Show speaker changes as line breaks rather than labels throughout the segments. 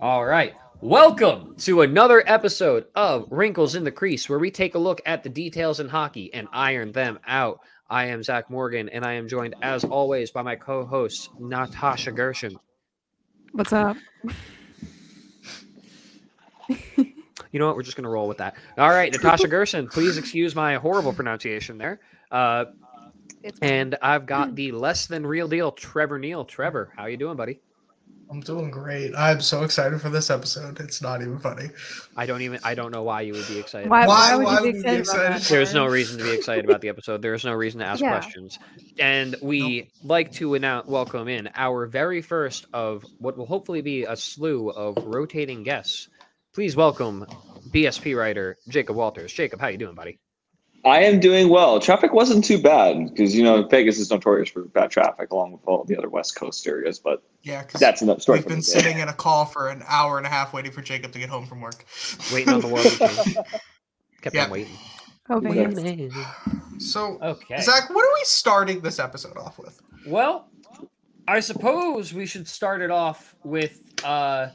All right. Welcome to another episode of Wrinkles in the Crease, where we take a look at the details in hockey and iron them out. I am Zach Morgan, and I am joined, as always, by my co host, Natasha Gershon.
What's up?
You know what? We're just going to roll with that. All right, Natasha Gershon, please excuse my horrible pronunciation there. Uh,
It's
and I've got the less than real deal, Trevor Neal. Trevor, how you doing, buddy?
I'm doing great. I'm so excited for this episode. It's not even funny.
I don't even, I don't know why you would be excited.
why,
Why-
why would
why
you be excited, about that?
There's no reason to be excited about the episode. There's no reason to ask
Yeah.
questions. And we like to announce welcome in our very first of what will hopefully be a slew of rotating guests. Please welcome BSP writer Jacob Walters. Jacob, how you doing, buddy?
I am doing well. Traffic wasn't too bad because you know Vegas is notorious for bad traffic, along with all the other West Coast areas. But
Yeah,
that's another story.
we've
for
been
another day.
sitting in a call for an hour and a half waiting for Jacob to get home from work.
Waiting on the world to change. Kept
Yeah.
on waiting.
Oh, Vegas.
Waiting.
So,
Okay.
Zach, what are we starting this episode off with?
Well, I suppose we should start it off with uh,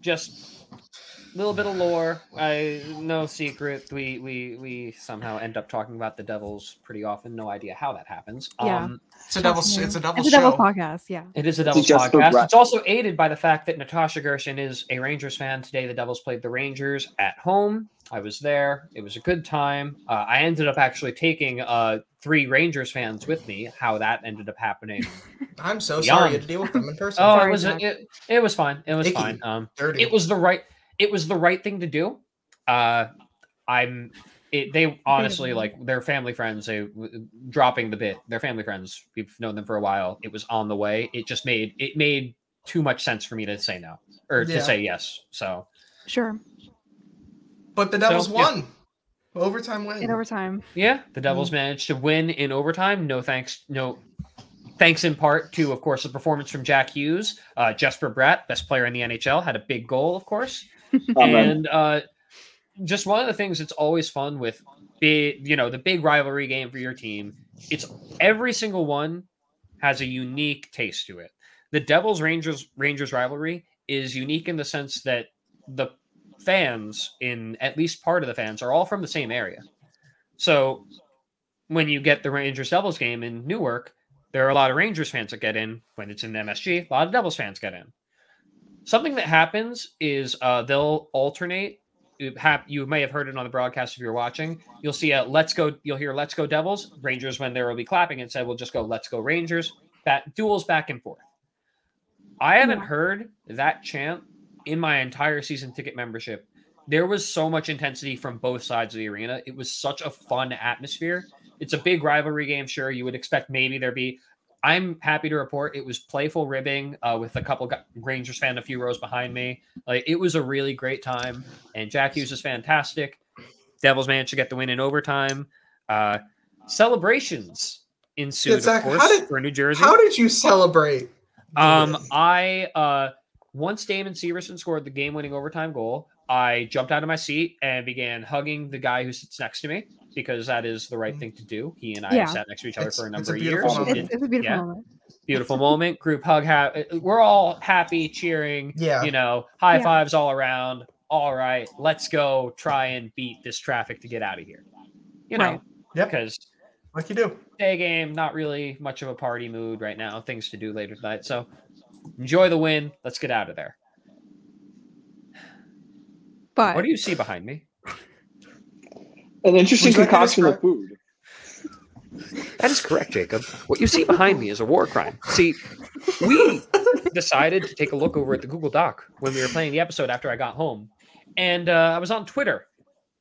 just a little bit of lore. I no secret we we we somehow end up talking about the Devils pretty often. No idea how that happens.
Yeah.
Um,
It's a devil's. It's a
It's
devil's
a double
show.
podcast. Yeah.
it is a Devils
just for
podcast.
Brett.
It's also aided by the fact that Natasha Gershon is a Rangers fan. Today, the Devils played the Rangers at home. I was there. It was a good time. Uh, I ended up actually taking uh, three Rangers fans with me. How that ended up happening.
I'm so
Yum.
sorry you had to deal with them in person.
Oh, it
sorry,
was
Zach.
it, it was fine. It was
Icky.
fine. Um,
Dirty.
it was the right it was the right thing to do. Uh, I'm it, they honestly like their family friends. They w- dropping the bit. Their family friends. We've known them for a while. It was on the way. It just made it made too much sense for me to say no or
Yeah.
to say yes. So
Sure.
but the Devils
So, yeah.
won. Overtime win.
In overtime.
yeah, the Devils managed to win in overtime. No thanks. No. Thanks in part to, of course, the performance from Jack Hughes, uh, Jesper Bratt, best player in the NHL, had a big goal, of course.
Um, and
and uh, just one of the things that's always fun with big, you know, the big rivalry game for your team. It's every single one has a unique taste to it. The Devils Rangers Rangers rivalry is unique in the sense that the fans, in at least part of the fans, are all from the same area. So when you get the Rangers Devils game in Newark, there are a lot of Rangers fans that get in. When it's in the MSG, a lot of Devils fans get in something that happens is uh, they'll alternate. It hap- you may have heard it on the broadcast if you're watching. You'll see a "Let's go." You'll hear "Let's go Devils." Rangers when there will be clapping and said, "We'll just go. Let's go Rangers." That duels back and forth. I haven't
Yeah.
heard that chant in my entire season ticket membership. There was so much intensity from both sides of the arena. It was such a fun atmosphere. It's a big rivalry game. Sure, you would expect maybe there be I'm happy to report it was playful ribbing uh, with a couple gu- Rangers fan a few rows behind me. Like it was a really great time, and Jack Hughes is fantastic. Devils managed to get the win in overtime. Uh, celebrations ensued,
Yeah, Zach,
of
how
course,
did-
for New Jersey.
How did you celebrate?
Um,
Jordan?
I uh, once Damon Severson scored the game-winning overtime goal, I jumped out of my seat and began hugging the guy who sits next to me because that is the right thing to do. He and I
Yeah.
have sat next to each other
It's-
for a
it's a
number of years.
beautiful moment.
It's, it's a beautiful
Yeah.
moment.
Beautiful moment. Group hug. Ha- uh, we're all happy, cheering.
Yeah.
You know, high
Yeah.
fives all around. All right, let's go try and beat this traffic to get out of here. You know,
Right.
Yep.
because
like you do.
day game, not really much of a party mood right now. Things to do later tonight. So enjoy the win. Let's get out of there.
But
What do you see behind me?
an interesting
Would you like to
concoction of
describe-
food.
That is correct, Jacob. What you see behind me is a war crime. See, we decided to take a look over at the Google Doc when we were playing the episode after I got home. And uh, I was on Twitter,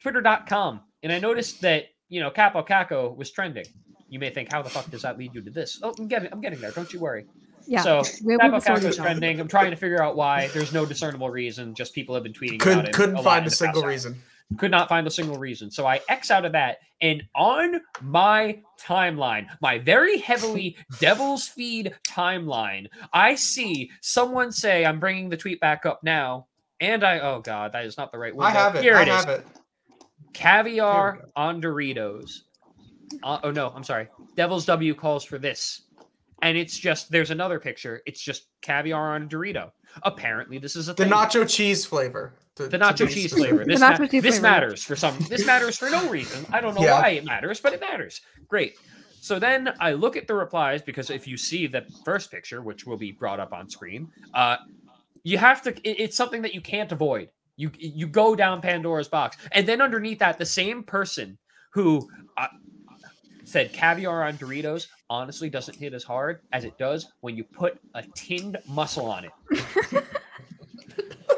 twitter.com, and I noticed that, you know, Capo Caco was trending. You may think, how the fuck does that lead you to this? Oh, I'm getting, I'm getting there. Don't you worry.
yeah.
So,
we,
Capo
we'll sort
Caco is
it out.
trending. I'm trying to figure out why. There's no discernible reason. Just people have been tweeting about
Could
it.
couldn't
lot
find
in
a
the
single
past hour
reason.
could not find a single reason. So I X out of that, and on my timeline, my very heavily Devil's Feed timeline, I see someone say, "I'm bringing the tweet back up now." And I, oh god, that is not the right word.
I have it.
Here
I
it is.
have it.
Caviar
Here we
on Doritos. Uh, oh no, I'm sorry. Devil's W calls for this, and it's just there's another picture. It's just caviar on a Dorito. Apparently, this is a
The
thing.
nacho cheese flavor. To-
the
to
nacho
be
cheese
specific.
flavor. This,
The
ma-
nacho cheese
this
flavor.
matters for some. This matters for no reason. I don't know
Yeah.
why it matters, but it matters. Great. So then I look at the replies because if you see the first picture, which will be brought up on screen, uh, you have to. it- it's something that you can't avoid. You you go down Pandora's box, and then underneath that, the same person who uh, said caviar on Doritos honestly doesn't hit as hard as it does when you put a tinned mussel on it.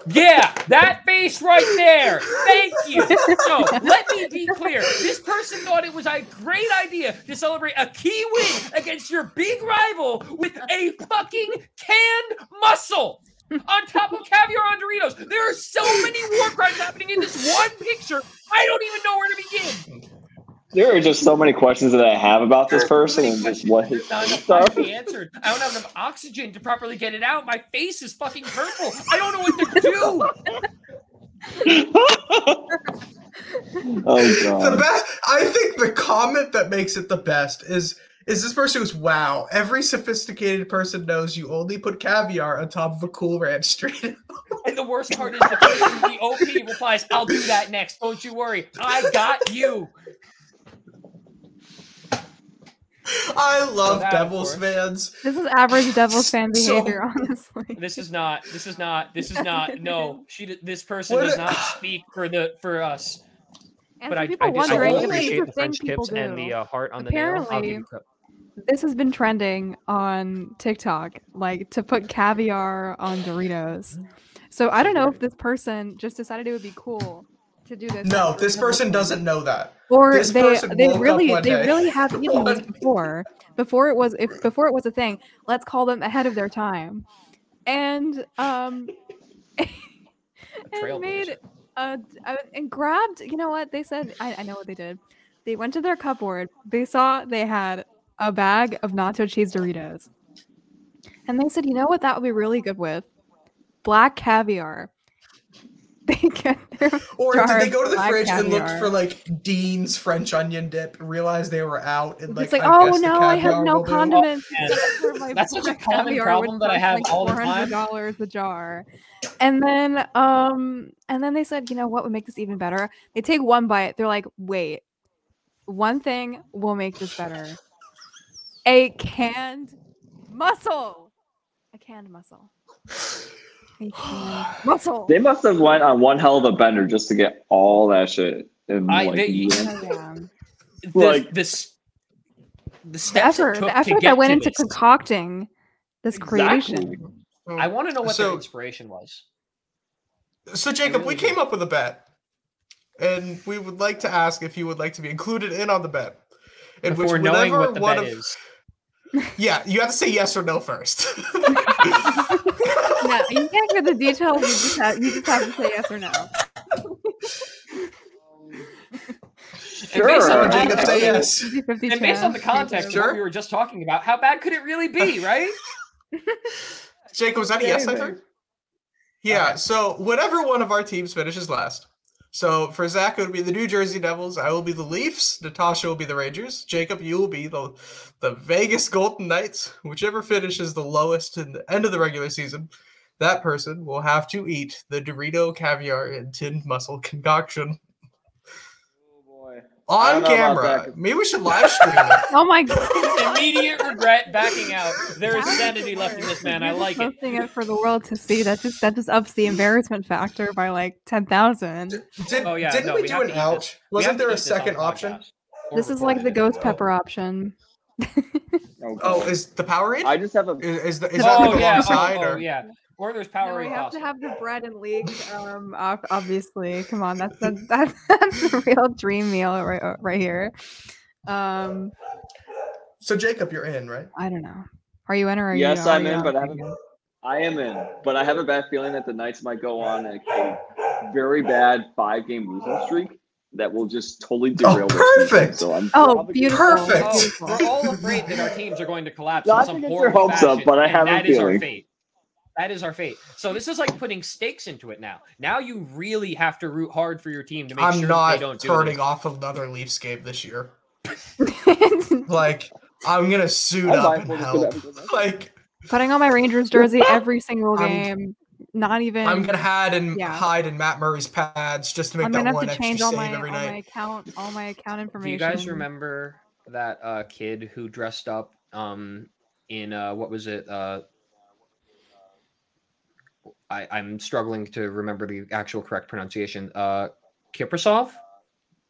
Yeah, that face right there. Thank you. So let me be clear. This person thought it was a great idea to celebrate a key win against your big rival with a fucking canned muscle on top of caviar on Doritos. There are so many war crimes happening in this one picture. I don't even know where to begin.
There are just so many questions that I have about this person and just what oh, his
None
beliefs
are
are.
being answered. I don't have enough oxygen to properly get it out. My face is fucking purple. I don't know what to do.
Oh
The
Um,
god.
best. I think the comment that makes it the best is is this person who's wow. Every sophisticated person knows you only put caviar on top of a Cool Ranch Street.
And the worst part is the, person, the OP replies, I'll do that next. Don't you worry. I got you.
I love
that, of
Devils
course.
fans.
This is average Devils fan
So-
behavior, honestly.
This is not, this is not, this is not, no, she, d- this person
What
does
a-
not speak for the, for us.
And
but
some
I,
people
I just, I
wonder
will
if this is
appreciate the
a thing
French
people
tips
do.
and the uh, heart on the nail. I'll give you
Apparently-
credit.
This has been trending on TikTok, like to put caviar on Doritos. So I don't know if this person just decided it would be cool to do this.
No,
after
this
another
person
thing.
doesn't know that.
Or
this
they
person
they
woke up
really
one
they
day.
really have eaten this
One-
before. Before it was if before it was a thing. Let's call them ahead of their time, and um, and made
Trailblazer.
a, a and grabbed. You know what they said? I, I know what they did. They went to their cupboard. They saw they had a bag of nacho cheese Doritos. And they said, you know what that would be really good with? Black caviar. They get their
Or did
Jarred
they go to the
black
fridge and look
caviar.
for like Dean's French onion dip, realized they were out, and like,
it's like,
I
oh
guess the
no, I have
caviar
no
will do."
condiments.
man.
except for my
That's such a
black
common
caviar,
problem
which
that I
costs,
have
like
all the time.
dollars a jar, and then um, and then they said, you know what would make this even better? They take one bite. They're like, wait, one thing will make this better: a canned mussel, a canned mussel, a canned mussel.
They must have went on one hell of a bender just to get all that shit. In,
I-
like,
they-
one-
Oh, yeah.
The,
Like-
this, the
The
steps
effort,
it took
the
to
effort
get
that went
to
into
this.
concocting this creation.
Exactly.
I want to know what their
So-
inspiration was.
So Jacob, we came up with a bet, and we would like to ask if you would like to be included in on the bet. In
Before knowing
whenever
what the
one
bet
of-
is.
Yeah, you have to say yes or no first.
No, you can't get the details. You just have you just have to say yes or no.
And based on
Sure. Oh,
the
Jacob, say yes.
context-
50-50
And based on the
chance.
context of
Sure.
what we were just talking about, how bad could it really be, right?
Jacob, was that a yes? I think. Yeah.
Okay.
So whatever one of our teams finishes last. So for Zach, it would be the New Jersey Devils. I will be the Leafs. Natasha will be the Rangers. Jacob, you will be the the Vegas Golden Knights. Whichever finishes the lowest in the end of the regular season, that person will have to eat the Dorito caviar and tinned mussel concoction
I
on
don't know about
camera.
that.
Maybe we should live stream it.
Oh my god.
Immediate regret backing out. There is
That was the
sanity left in this
worst.
man. I
You're just
like it.
Posting it for the world to see. That just that just ups the embarrassment factor by like ten thousand.
Did,
Oh, yeah,
didn't
no,
we,
we
do
have
an
to eat this.
ouch?
We have
Wasn't
to
there
get
a
this on
second
the
option?
podcast or
This is like the
recorded.
ghost pepper option.
Oh,
Oh,
God.
is the Powerade?
I just have a
Is, is, the, is that like
Oh yeah,
alongside
oh,
or?
oh, yeah. Or there's
No,
power.
we
in
have to
Austin.
have the bread and leeks. Um, ob- obviously, come on, that's that's that's, that's the real dream meal right uh, right here. Um,
So Jacob, you're in, right?
I don't know. Are you in or are you?
Yes,
are
I'm
you
in,
out?
but I haven't- I am in, but I have a bad feeling that the Knights might go on a, a very bad five game losing streak that will just totally derail.
Oh,
their season.
perfect.
So I'm
Oh,
probably-
beautiful!
Perfect.
Oh,
beautiful.
we're all afraid that our teams are going to collapse in
Not to
some
get your
horrible
hopes up,
fashion,
but I
and
have a
that is our
feeling.
fate. That is our fate. So this is like putting stakes into it now. Now you really have to root hard for your team to make
I'm
sure that they
not
don't
turning
do
off another Leafs game this year.
Putting
Like I'm gonna suit
I
up
might
and
wanna put
help.
up-
Like
on my Rangers jersey every single
I'm-
game, not even.
I'm gonna hide and
yeah.
hide in Matt Murray's pads just to make
I'm
that
gonna
one
have to
extra
change
save
all my, all
every night.
my account, all my account
Do
information.
you guys remember that uh, kid who dressed up um, in uh, what was it? Uh, I, I'm struggling to remember the actual correct pronunciation. Uh, Kiprasov,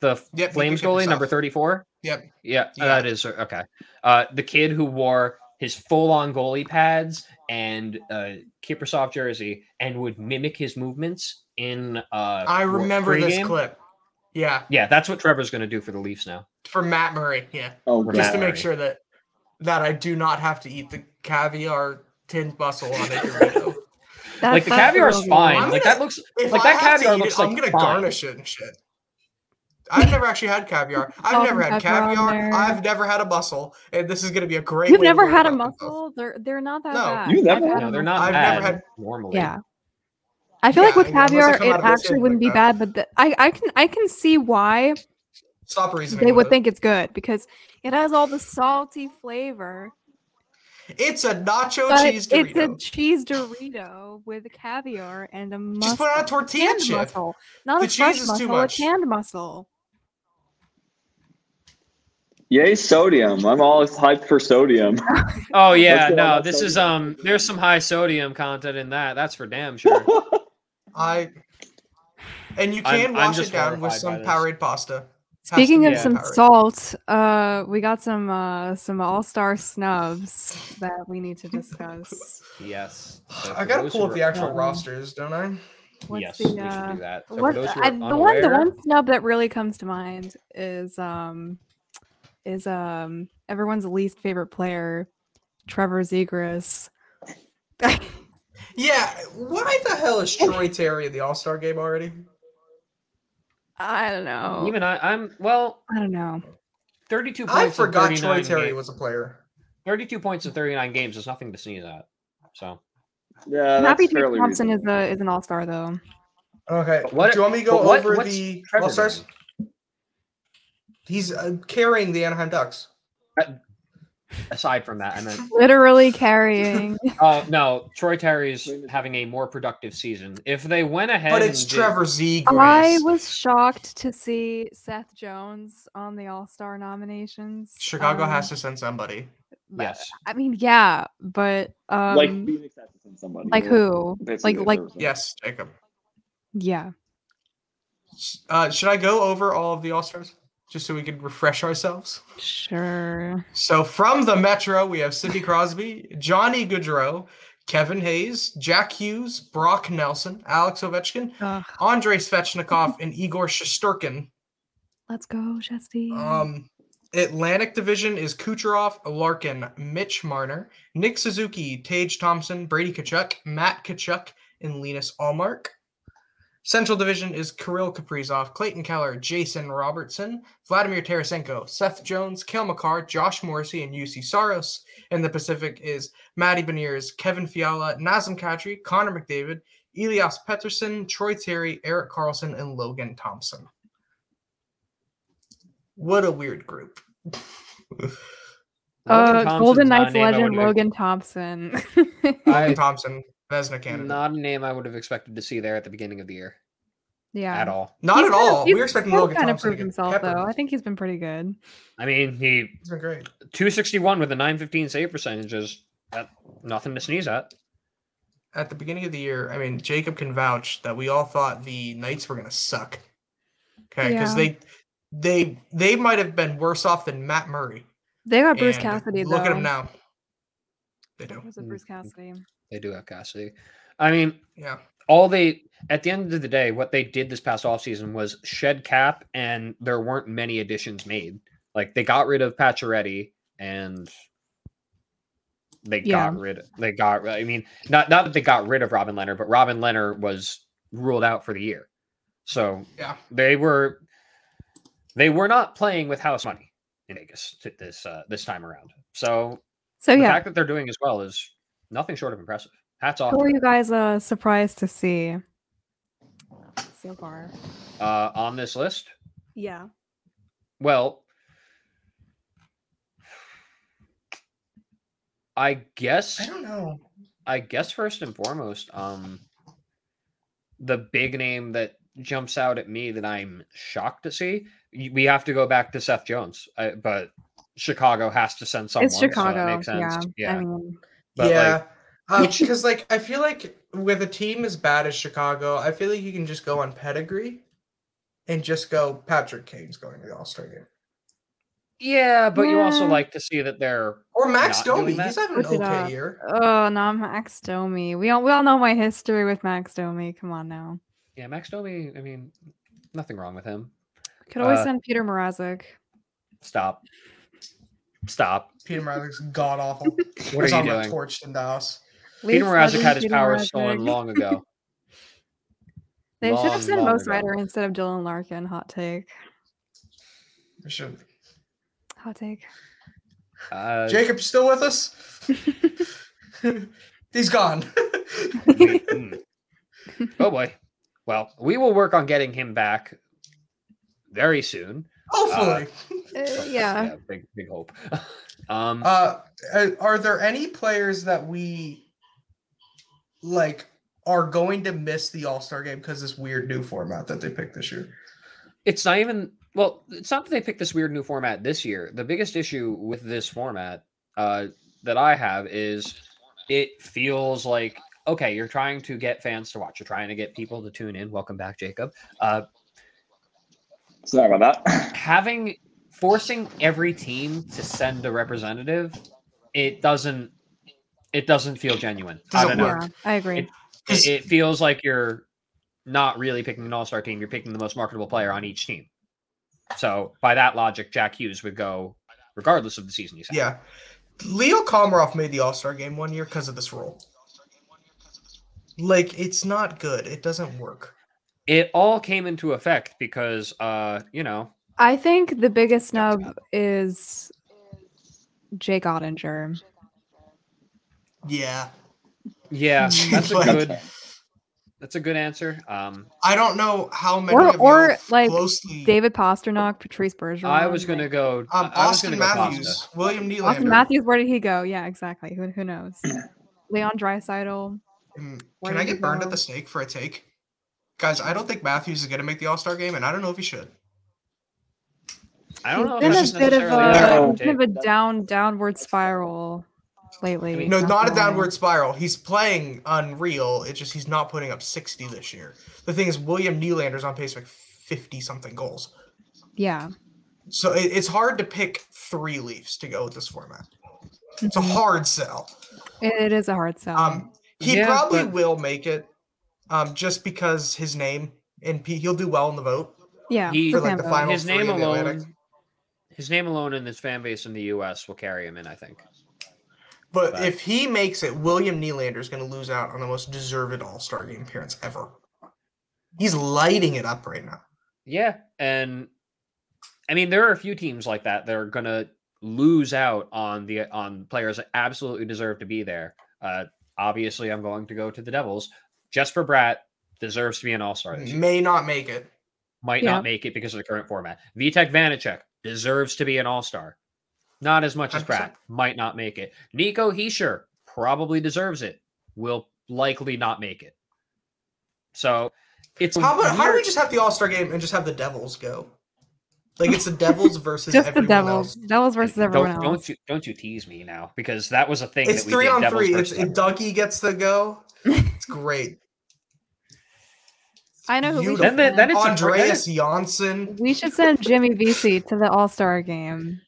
the f-
Yep, Nikita
Flames goalie, number
Kiprasov.
34.
Yep.
Yeah,
Yeah.
that is okay. Uh, the kid who wore his full-on goalie pads and uh, Kiprasov jersey and would mimic his movements in. Uh,
I
wo-
remember this
pregame.
clip. Yeah,
Yeah, that's what Trevor's going to do for the Leafs now.
for Matt Murray. Yeah,
Oh,
For
God.
just to
Matt
make
Murray.
sure that that I do not have to eat the caviar tin bustle on every video.
That-
like the
that's
caviar
real
is
deal.
fine.
I'm
like
gonna-
that looks
If
Like,
I
that
have to
caviar
eat
looks
it, I'm
like
gonna
fine.
garnish it and shit. I've never actually had caviar. I've
Salt
never
and
had
pepper on
caviar.
there.
I've never had a muscle, and this is gonna be a great.
You've
way to
never
learn
had a
about myself.
muscle. They're they're not that
No.
bad.
You
I've
never-
had
no,
a
they're
muscle.
not
I've
bad
never had-
normally.
Yeah. I feel like
Yeah,
with
unless they
caviar,
come
it
out of the
actually
tin
wouldn't be
like
bad, but the, I, I can I can see why
Stop reasoning.
they
with
would
it.
think it's good because it has all the salty flavor.
it's a nacho
But
cheese
it's a
Dorito.
cheese Dorito with caviar and a muscle.
Just put on a tortilla
canned
chip.
muscle, not
The
a fresh
cheese is too
muscle, a
much.
canned muscle.
Yay, sodium. I'm all hyped for sodium.
Oh yeah,
Let's get on
no,
that
this is
sodium.
um. There's some high sodium content in that. That's for damn sure.
I and you
I'm-
can
I'm
wash
just
it down with
horrified
some
by this.
Powerade pasta. Has to
Speaking
be
of
Yeah.
some
Powerade.
salt, uh, we got some uh, some all star snubs that we need to discuss.
yes.
I gotta pull up the actual
Um,
rosters, don't I?
What's
yes,
the,
we should
uh,
do that. So for
what
those who are
I, the one the
unaware-
one snub that really comes to mind is um is um everyone's least favorite player, Trevor Zegras.
Yeah. Why the hell is Troy Terry in the All Star game already?
I don't know.
Even I, I'm well.
I don't know.
Thirty-two points.
I
in
forgot Troy
39
Terry
ga-
was a player.
Thirty-two points in thirty-nine games is nothing to sneeze at. So Uh,
Yeah, that's
Happy Jake
fairly
Thompson is
reasonable.
a is an all star though.
Okay.
But what-
Do you want me to go
but what-
over
what's
the
Trevor
All Stars?
doing?
He's uh, carrying the Anaheim Ducks.
aside from that, I meant
Literally carrying.
uh, no. Troy Terry's
Wait a minute.
having a more productive season. If they went ahead,
But it's
and did-
Trevor Zegras.
I was shocked to see Seth Jones on the All Star nominations.
Chicago
Um,
has to send somebody.
but-
Yes.
I mean, yeah, but um,
like
like,
Phoenix has to send somebody.
who?
That's
Like
who
like
deserves it.
Yes, Jacob.
yeah.
Uh, should I go over all of the All Stars just so we can refresh ourselves?
Sure.
So from the Metro, we have Sidney Crosby, Johnny Gaudreau, Kevin Hayes, Jack Hughes, Brock Nelson, Alex Ovechkin,
Ugh,
Andrei Svechnikov, and Igor Shosturkin.
let's go, Chesty.
Um, Atlantic Division is Kucherov, Larkin, Mitch Marner, Nick Suzuki, Tage Thompson, Brady Kachuk, Matt Kachuk, and Linus Allmark. Central Division is Kirill Kaprizov, Clayton Keller, Jason Robertson, Vladimir Tarasenko, Seth Jones, Kale McCarr, Josh Morrissey, and UC Saros. And the Pacific is Matty Beniers, Kevin Fiala, Nazem Kadri, Connor McDavid, Elias Pettersson, Troy Terry, Eric Carlson, and Logan Thompson. What a weird group.
Logan
uh,
Thompson's
Golden
not a
Knights
name I
legend
would've-
Logan Thompson.
Logan
I-
Thompson, Vesna candidate. Not,
Not a name I would have expected to see there at the beginning of the year
yeah.
at all.
He's
at
kind of-
all.
he's-
We were expecting
he's
Logan
kinda
Thompson to
proved
get
himself
peppered.
though. I think he's been pretty good.
I mean, he
He's been great.
261 with a 915 save percentage is that, nothing to sneeze at.
At the beginning of the year, I mean, Jacob can vouch that we all thought the Knights were going to suck. Okay, because
Yeah.
they they they might have been worse off than Matt Murray.
They got Bruce
And
Cassidy though.
Look at him now. They do.
Was it Bruce Cassidy?
They do have Cassidy. I mean,
Yeah.
all they at the end of the day, what they did this past offseason was shed cap, and there weren't many additions made. Like they got rid of Pacioretty, and they
Yeah.
got rid. They got. I mean, not not that they got rid of Robin Leonard, but Robin Leonard was ruled out for the year. So
Yeah.
they were they were not playing with house money in Vegas t- this uh, this time around. So
So
the
Oh, yeah,
fact that they're doing as well is nothing short of impressive. Hats off.
Who are
to
you guys uh, surprised to see so far?
them. Uh, on this list,
Yeah.
well, I
I
guess
don't know.
I guess first and foremost, um, the big name that jumps out at me that I'm shocked to see, y- we have to go back to Seth Jones. Uh, but Chicago has to send someone.
it's
so it
Chicago.
makes sense.
Yeah.
Yeah.
I mean,
But,
yeah,
like-
because like I feel like with a team as bad as Chicago, I feel like you can just go on pedigree and just go Patrick Kane's going to the All Star game
Yeah, but you also
Yeah.
like to see that they're
or Max
Not doing
Domi.
that?
He's having an
Which is
okay
odd.
year.
oh, not Max Domi. We all we all know my history with Max Domi. Come on now.
yeah, Max Domi, I mean, nothing wrong with him.
Could always
Uh,
send Peter Mrazek.
Stop. Stop.
Peter Mrazek's god awful.
What are you doing?
Torched in Dallas.
Peter
Leafs
Mrazek
legend
had his
Peter
power
Mrazek.
stolen long ago.
They should
long,
have sent
long
Most
ago.
Rider instead of Dylan Larkin. Hot take.
I shouldn't.
Hot take.
Uh,
Jacob, you still with us? He's gone.
we- mm. oh boy. Well, we will work on getting him back very soon.
Hopefully.
Uh, yeah.
big big hope. um,
Uh, uh, are there any players that we like are going to miss the All Star game because this weird new format that they picked this year?
it's not even well it's not that they picked this weird new format this year the biggest issue with this format uh, that i have is it feels like okay you're trying to get fans to watch you're trying to get people to tune in welcome back jacob uh,
Sorry about that.
having forcing every team to send a representative it doesn't it doesn't feel genuine I
Doesn't
don't know.
work.
Yeah, I agree.
It- It, it feels like you're not really picking an all-star team you're picking the most marketable player on each team so by that logic jack hughes would go regardless of the season he's had.
Yeah. Leo Komarov made the All Star game one year because of this rule. Like, it's not good. It doesn't work.
it all came into effect because uh you know
I think the biggest
Yeah, it's
snub is Jake Ottinger.
Yeah.
yeah that's a
Like-
good that's a good answer um
I don't know how many
Or-
of you
or, like,
closely.
David Pasternak, Patrice Bergeron.
i was gonna go
um,
I was
Austin
gonna go
Matthews,
Costa.
William
Austin
Nylander.
Matthews, where did he go? Yeah, exactly. Who, who knows? Leon Dreisidel.
Mm,
Where
Can I
did he
get burned at
go?
the stake for a take? Guys, I don't think Matthews is going to make the All Star game, and I don't know if he should.
i don't know if
Been
that's
a bit of
necessarily
a,
necessarily
kind of
take.
a down downward spiral lately.
mean-
No, not a
gonna
downward spiral. He's playing unreal. It's just he's not putting up 60 this year. The thing is, William Nylander's on pace for like 50 something goals.
lie. Yeah.
So it, it's hard to pick three Leafs to go with this format. It's a
Mhm.
hard sell.
It- it is a hard sell.
Um, he
Yeah,
probably
but-
will make it, um, just because his name and P- he'll do well in the vote.
yeah.
he-
for
for, like, the
Tampa.
final-
his
three
name
in the Atlantic.
alone his name alone and his fan base in the us will carry him in i think
But
Right.
if he makes it, William Nylander is going to lose out on the most deserved All Star game appearance ever. He's lighting it up right now.
Yeah, and I mean there are a few teams like that that are gonna lose out on the on players that absolutely deserve to be there. Uh, obviously, I'm going to go to the Devils. Jesper Bratt deserves to be an All Star. this year.
May not make it.
Might
Yeah.
not make it because of the current format. Vitek Vanacek deserves to be an All Star. Not as much as Bratt.
100%.
Might not make it. Nico Heischer probably deserves it. Will likely not make it. So it's a
How about how do we
weird-
just have the All Star game and just have the Devils go? Like it's the Devils versus
Just the
everyone
Devils.
else.
Devils versus
Don't-
everyone
don't,
else.
you don't you tease me now because that was a thing.
It's
that we
three
did,
on
Devils
three. It's
versus
it,
Devils.
Dougie gets the go. It's great.
I know who we
Beautiful.
should
Then the-
send.
then it's a br-
Andreas Janssen.
we should send Jimmy VC to the All Star game.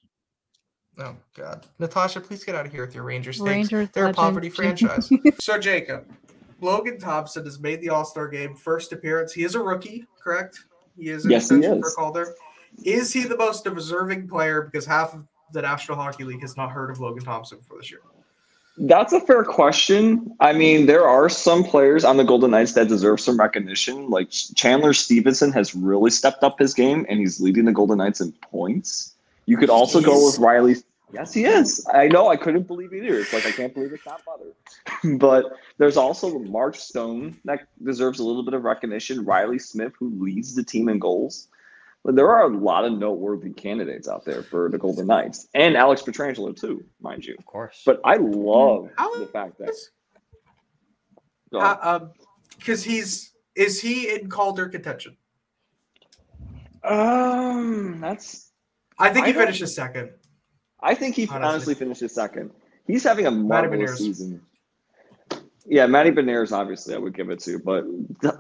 Oh God, Natasha, please get out of here with your Rangers. takes.
Rangers
They're a
legend
poverty
Jimmy-
franchise. so Jacob, Logan Thompson has made the All Star game first appearance. He is a rookie, correct? He is an
Yes, he
extension for
is.
Calder. Is he the most deserving player because half of the National Hockey League has not heard of Logan Thompson for this year?
That's a fair question. I mean, there are some players on the Golden Knights that deserve some recognition. Like Chandler Stevenson has really stepped up his game, and he's leading the Golden Knights in points. You could also
He
go
is?
with Riley. Yes, he is. I know. I couldn't believe either. It's like I can't believe it's not butter. but there's also Mark Stone that deserves a little bit of recognition. Riley Smith, who leads the team in goals. But there are a lot of noteworthy candidates out there for the Golden Knights, and Alex Petrangelo too, mind you.
Of course.
But I love
How-
the fact that
Because Uh, um, he's Is he in Calder contention?
Um, that's.
I think
I
he
don't-
finishes second. Oh,
I think he
Honestly.
honestly, finishes second. He's having a marvelous
Beniers.
season. Yeah, Matty Beniers, obviously, I would give it to, but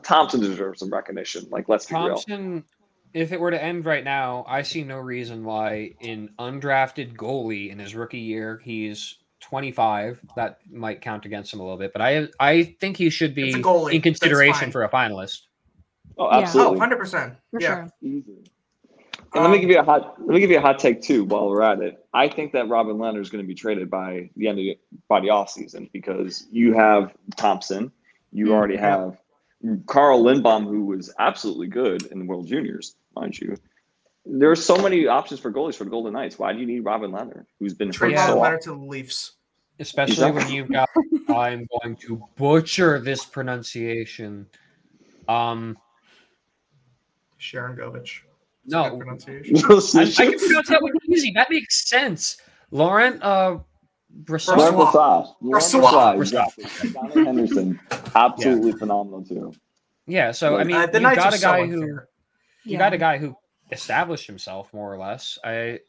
Thompson deserves some recognition. Like, let's be real.
Thompson, if it were to end right now, I see no reason why an undrafted goalie in his rookie year, he's 25. That might count against him a little bit, but I I think he should be
It's a goalie.
in
That's fine.
consideration for a finalist.
Oh,
Yeah.
Oh,
absolutely.
100%.
for
yeah.
sure.
Easy. And let me
Um,
give you a hot let me give you a hot take too while we're at it. I think that Robin Leonard is going to be traded by the end of the, by the offseason because you have Thompson, you
Mm,
already
yeah.
have Carl Lindbaum, who was absolutely good in the World Juniors, mind you. There are so many options for goalies for the Golden Knights. Why do you need Robin Leonard, who's been
Trade
Yeah.
hurt
Robin
so
Leonard
often?
to the Leafs.
especially when you've got I'm going to butcher this pronunciation. Um
Sharon Govich. It's a
No.
good pronunciation.
I, I can pronounce that one easy. That makes sense. Laurent uh
Lauren
Brassois.
Brassois.
Brassard. Lauren
Brassard.
Brassard,
Brassard.
exactly. Dominic Henderson, absolutely phenomenal too.
Yeah, so I mean
Uh, the
you've
Knights
got
are
a
so
guy who
unfair.
you
Yeah.
got a guy who established himself more or less. I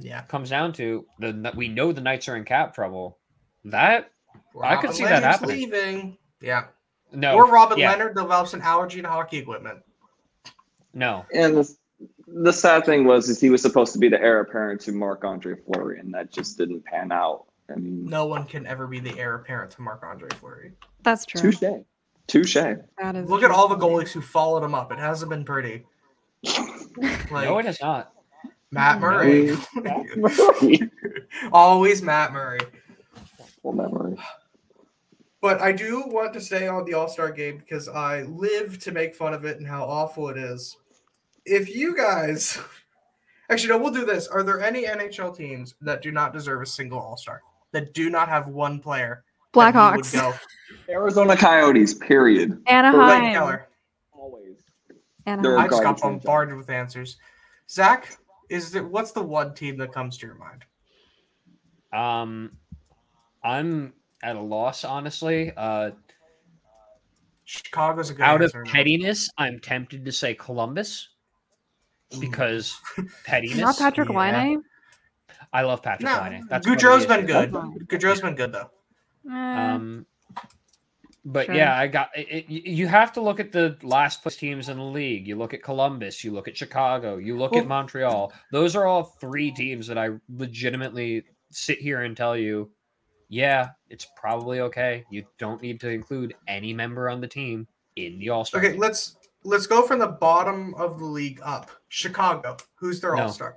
Yeah.
comes down to the we know the Knights are in cap trouble. That I could
Robin
see that
Leonard's
happening.
leaving. Yeah.
no,
or Robin
yeah,
Leonard develops an allergy to hockey equipment.
no.
And the, the sad thing was, is he was supposed to be the heir apparent to Marc Andre Fleury, and that just didn't pan out. I mean,
No one can ever be the heir apparent to Marc Andre Fleury.
That's true.
touche, touche.
That is
Look at
true.
all the goalies who followed him up. It hasn't been pretty. Like
no, it is not.
Matt
No.
Murray.
Full
Always Matt Murray.
memory.
But I do want to stay on the All Star game because I live to make fun of it and how awful it is. If you guys, actually, no, we'll do this. Are there any NHL teams that do not deserve a single All Star? That do not have one player? that you would
Blackhawks,
Go,
Arizona Coyotes. Period.
Blake
Anaheim,
Keller.
Always. They're
I
Anaheim.
just got
garbage franchise.
bombarded with answers. Zach, is there, what's the one team that comes to your mind?
Um, I'm at a loss, honestly. Uh,
Chicago's a good
out of
answer, no?
pettiness, I'm tempted to say Columbus
Hmm.
because pettiness.
Not Patrick
yeah.
Laine.
I love Patrick
No,
Laine. That's what it
Goudreau's
is.
been good.
Fine.
Goudreau's been good though.
Eh,
Um, but
Sure.
yeah, I got it, it- y- You have to look at the last place teams in the league. You look at Columbus, you look at Chicago, you look
Well-
at Montreal. Those are all three teams that I legitimately sit here and tell you, yeah, it's probably okay. You don't need to include any member on the team in the All Star.
Okay, let's let's go from the bottom of the league up. Chicago, who's their
No.
all star?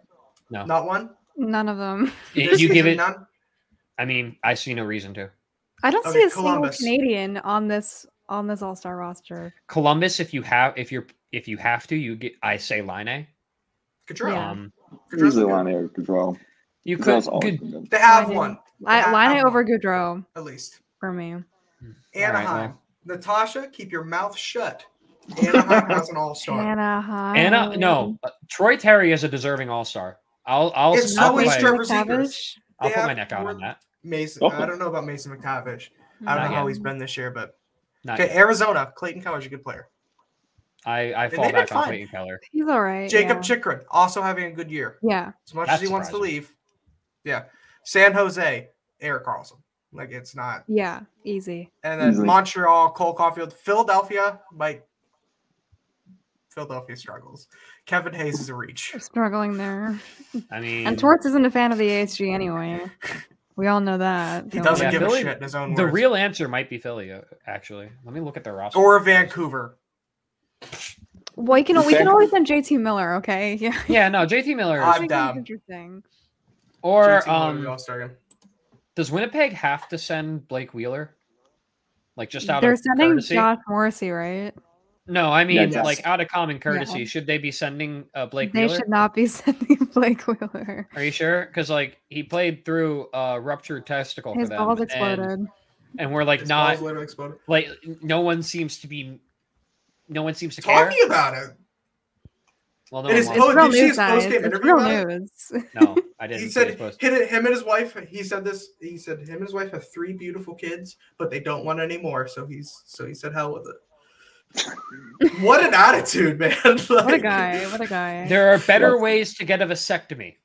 No.
not one.
none of them.
This
you give
season,
it.
none.
I mean, I see no reason to.
I don't see
Okay,
a single
Columbus.
Canadian on this on this All Star roster.
Columbus, if you have, if you're, if you have to, you get. I say Line.
Goudreau.
Yeah.
Um,
Goudreau's
Usually
been
on
good.
Eric Gaudreau.
you could.
Gaudreau's always
good-
been good.
They have
Line.
one
I,
Yeah,
Line
I'm-
over Goudreau
at least.
for me.
right, well.
Anaheim, Natasha, keep your mouth shut. Anaheim has an all star.
Anaheim.
And uh, no, uh, Troy Terry is a deserving All Star. I'll, I'll,
It's
I'll,
so
put,
is
my,
Trevor
McTavish.
I'll
They
put my
have
neck out on
more-
that.
Mason,
Oh.
I don't know about Mason McTavish.
Mm-hmm.
I don't
Not
know how
yet.
he's been this year, but
Not
okay,
yet.
Arizona, Clayton Keller's a good player.
I, I
they
fall
did
back on
fine.
Clayton Keller.
He's all right.
Jacob
yeah.
Chikrin also having a good year.
yeah.
As much
That's
as he wants to
surprising.
leave, yeah. San Jose, Eric Carlson. Like it's not.
Yeah. Easy.
And then
Easily.
Montreal, Cole Caulfield, Philadelphia might. Philadelphia struggles. Kevin Hayes is a reach.
We're struggling there.
I mean,
Mm.
And Torts isn't a fan of the ASG anyway. We all know that.
He
don't
doesn't
yeah,
we?
give
Philly-
a shit in his own
the
words.
real answer might be Philly. uh, Actually, let me look at their roster.
or Vancouver.
Well, you can, we can
Exactly.
always send JT Miller, okay? Yeah.
Yeah, no, JT Miller
Uh,
is,
I'm
Like, that's
down.
interesting.
or
JT Miller to the
um,
All-Star game.
does Winnipeg have to send Blake Wheeler? Like just out
They're
of
sending
courtesy?
Josh Morrissey, right?
No, I mean
yes.
like out of common courtesy. Should they be sending uh, Blake
they
Wheeler?
should not be sending Blake Wheeler.
Are you sure? Because like he played through uh, ruptured testicle
His
for them,
balls
and-
exploded.
and, we're like
His
not
balls literally exploded.
like no one seems to be, no one seems to care.
Talking about it,
Well, no,
it
one
is
wants-
po-
It's real
Oh, did
news, guys.
you see his post-game
It's
interview
real
about
news.
no, I didn't.
he
see
said
his post.
hit it, him and his wife. He said this. He said him and his wife have three beautiful kids, but they don't want any more. So he's so he said hell with it. What an attitude, man.
What a
Like,
guy. What a guy.
There are better
Yes.
ways to get a vasectomy.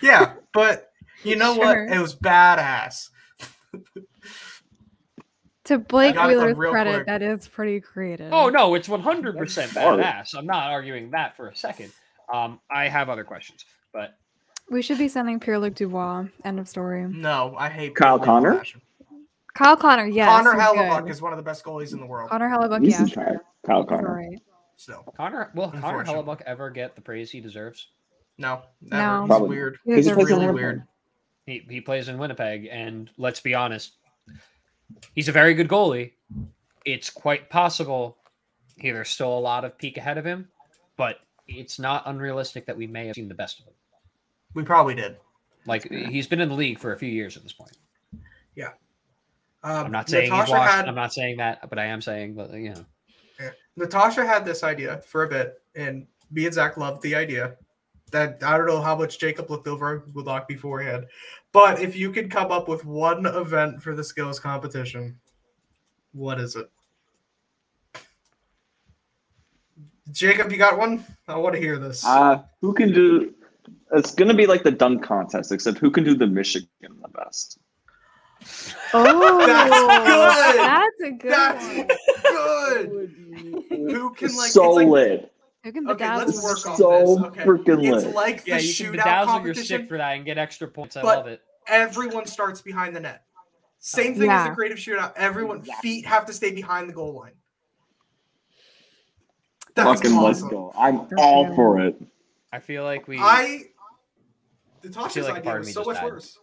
Yeah, but you know
Sure.
what? It was badass.
to Blake
got it from
Wheeler's
real
credit,
quick.
that is pretty creative.
Oh no, it's 100%
Smart.
badass. I'm not arguing that for a second. Um, I have other questions, but
We should be sending Pierre Luc Dubois. End of story.
No, I hate
Kyle
Bill
Connor?
Lash.
Kyle Connor, yes.
Connor
he's
Hellebuck
good.
is one of the best goalies in the world.
Connor Hellebuck,
He's
yeah.
in
Sure.
Kyle- Kyle
He's all
Connor.
right.
So
Connor will Connor
Unfortunate.
Hellebuck ever get the praise he deserves?
no,
No.
never. It's
Probably.
weird.
He
He's
deserves
plays in
it.
really
Winnipeg.
weird.
He he plays in Winnipeg, and let's be honest, he's a very good goalie. It's quite possible he, there's still a lot of peak ahead of him, but it's not unrealistic that we may have seen the best of him.
We probably did.
Like he's been in the league for a few years at this point.
Um,
I'm not saying he's
Natasha
washed.
had
I'm not saying that, but I am saying that you know.
Natasha had this idea for a bit, and me and Zach loved the idea. That I don't know how much Jacob looked over at Google Doc beforehand, but if you could come up with one event for the skills competition, what is it? Jacob, you got one? I want to hear this.
Uh, who can do? It's gonna be like the dunk contest, except who can do the Michigan the best.
Oh,
good.
That's a good one.
That's good.
Who
Who can like?
so
it's like
lit,
Who can
Okay,
bedazzle
let's
him?
work on
so
this. Okay.
freaking
It's
lit.
like the
Yeah, you can
shootout
bedazzle your
competition.
stick for that and get extra points. I
But-
love it.
everyone starts behind the net. Same thing as
Yeah.
the creative shootout. Everyone
Exactly.
feet have to stay behind the goal line. That's
Fucking let's
awesome.
go! I'm
That's
all
good.
for it.
I feel like we.
I
I feel
Natasha's
like a
idea
part of
was
me
so
just
much
died.
worse.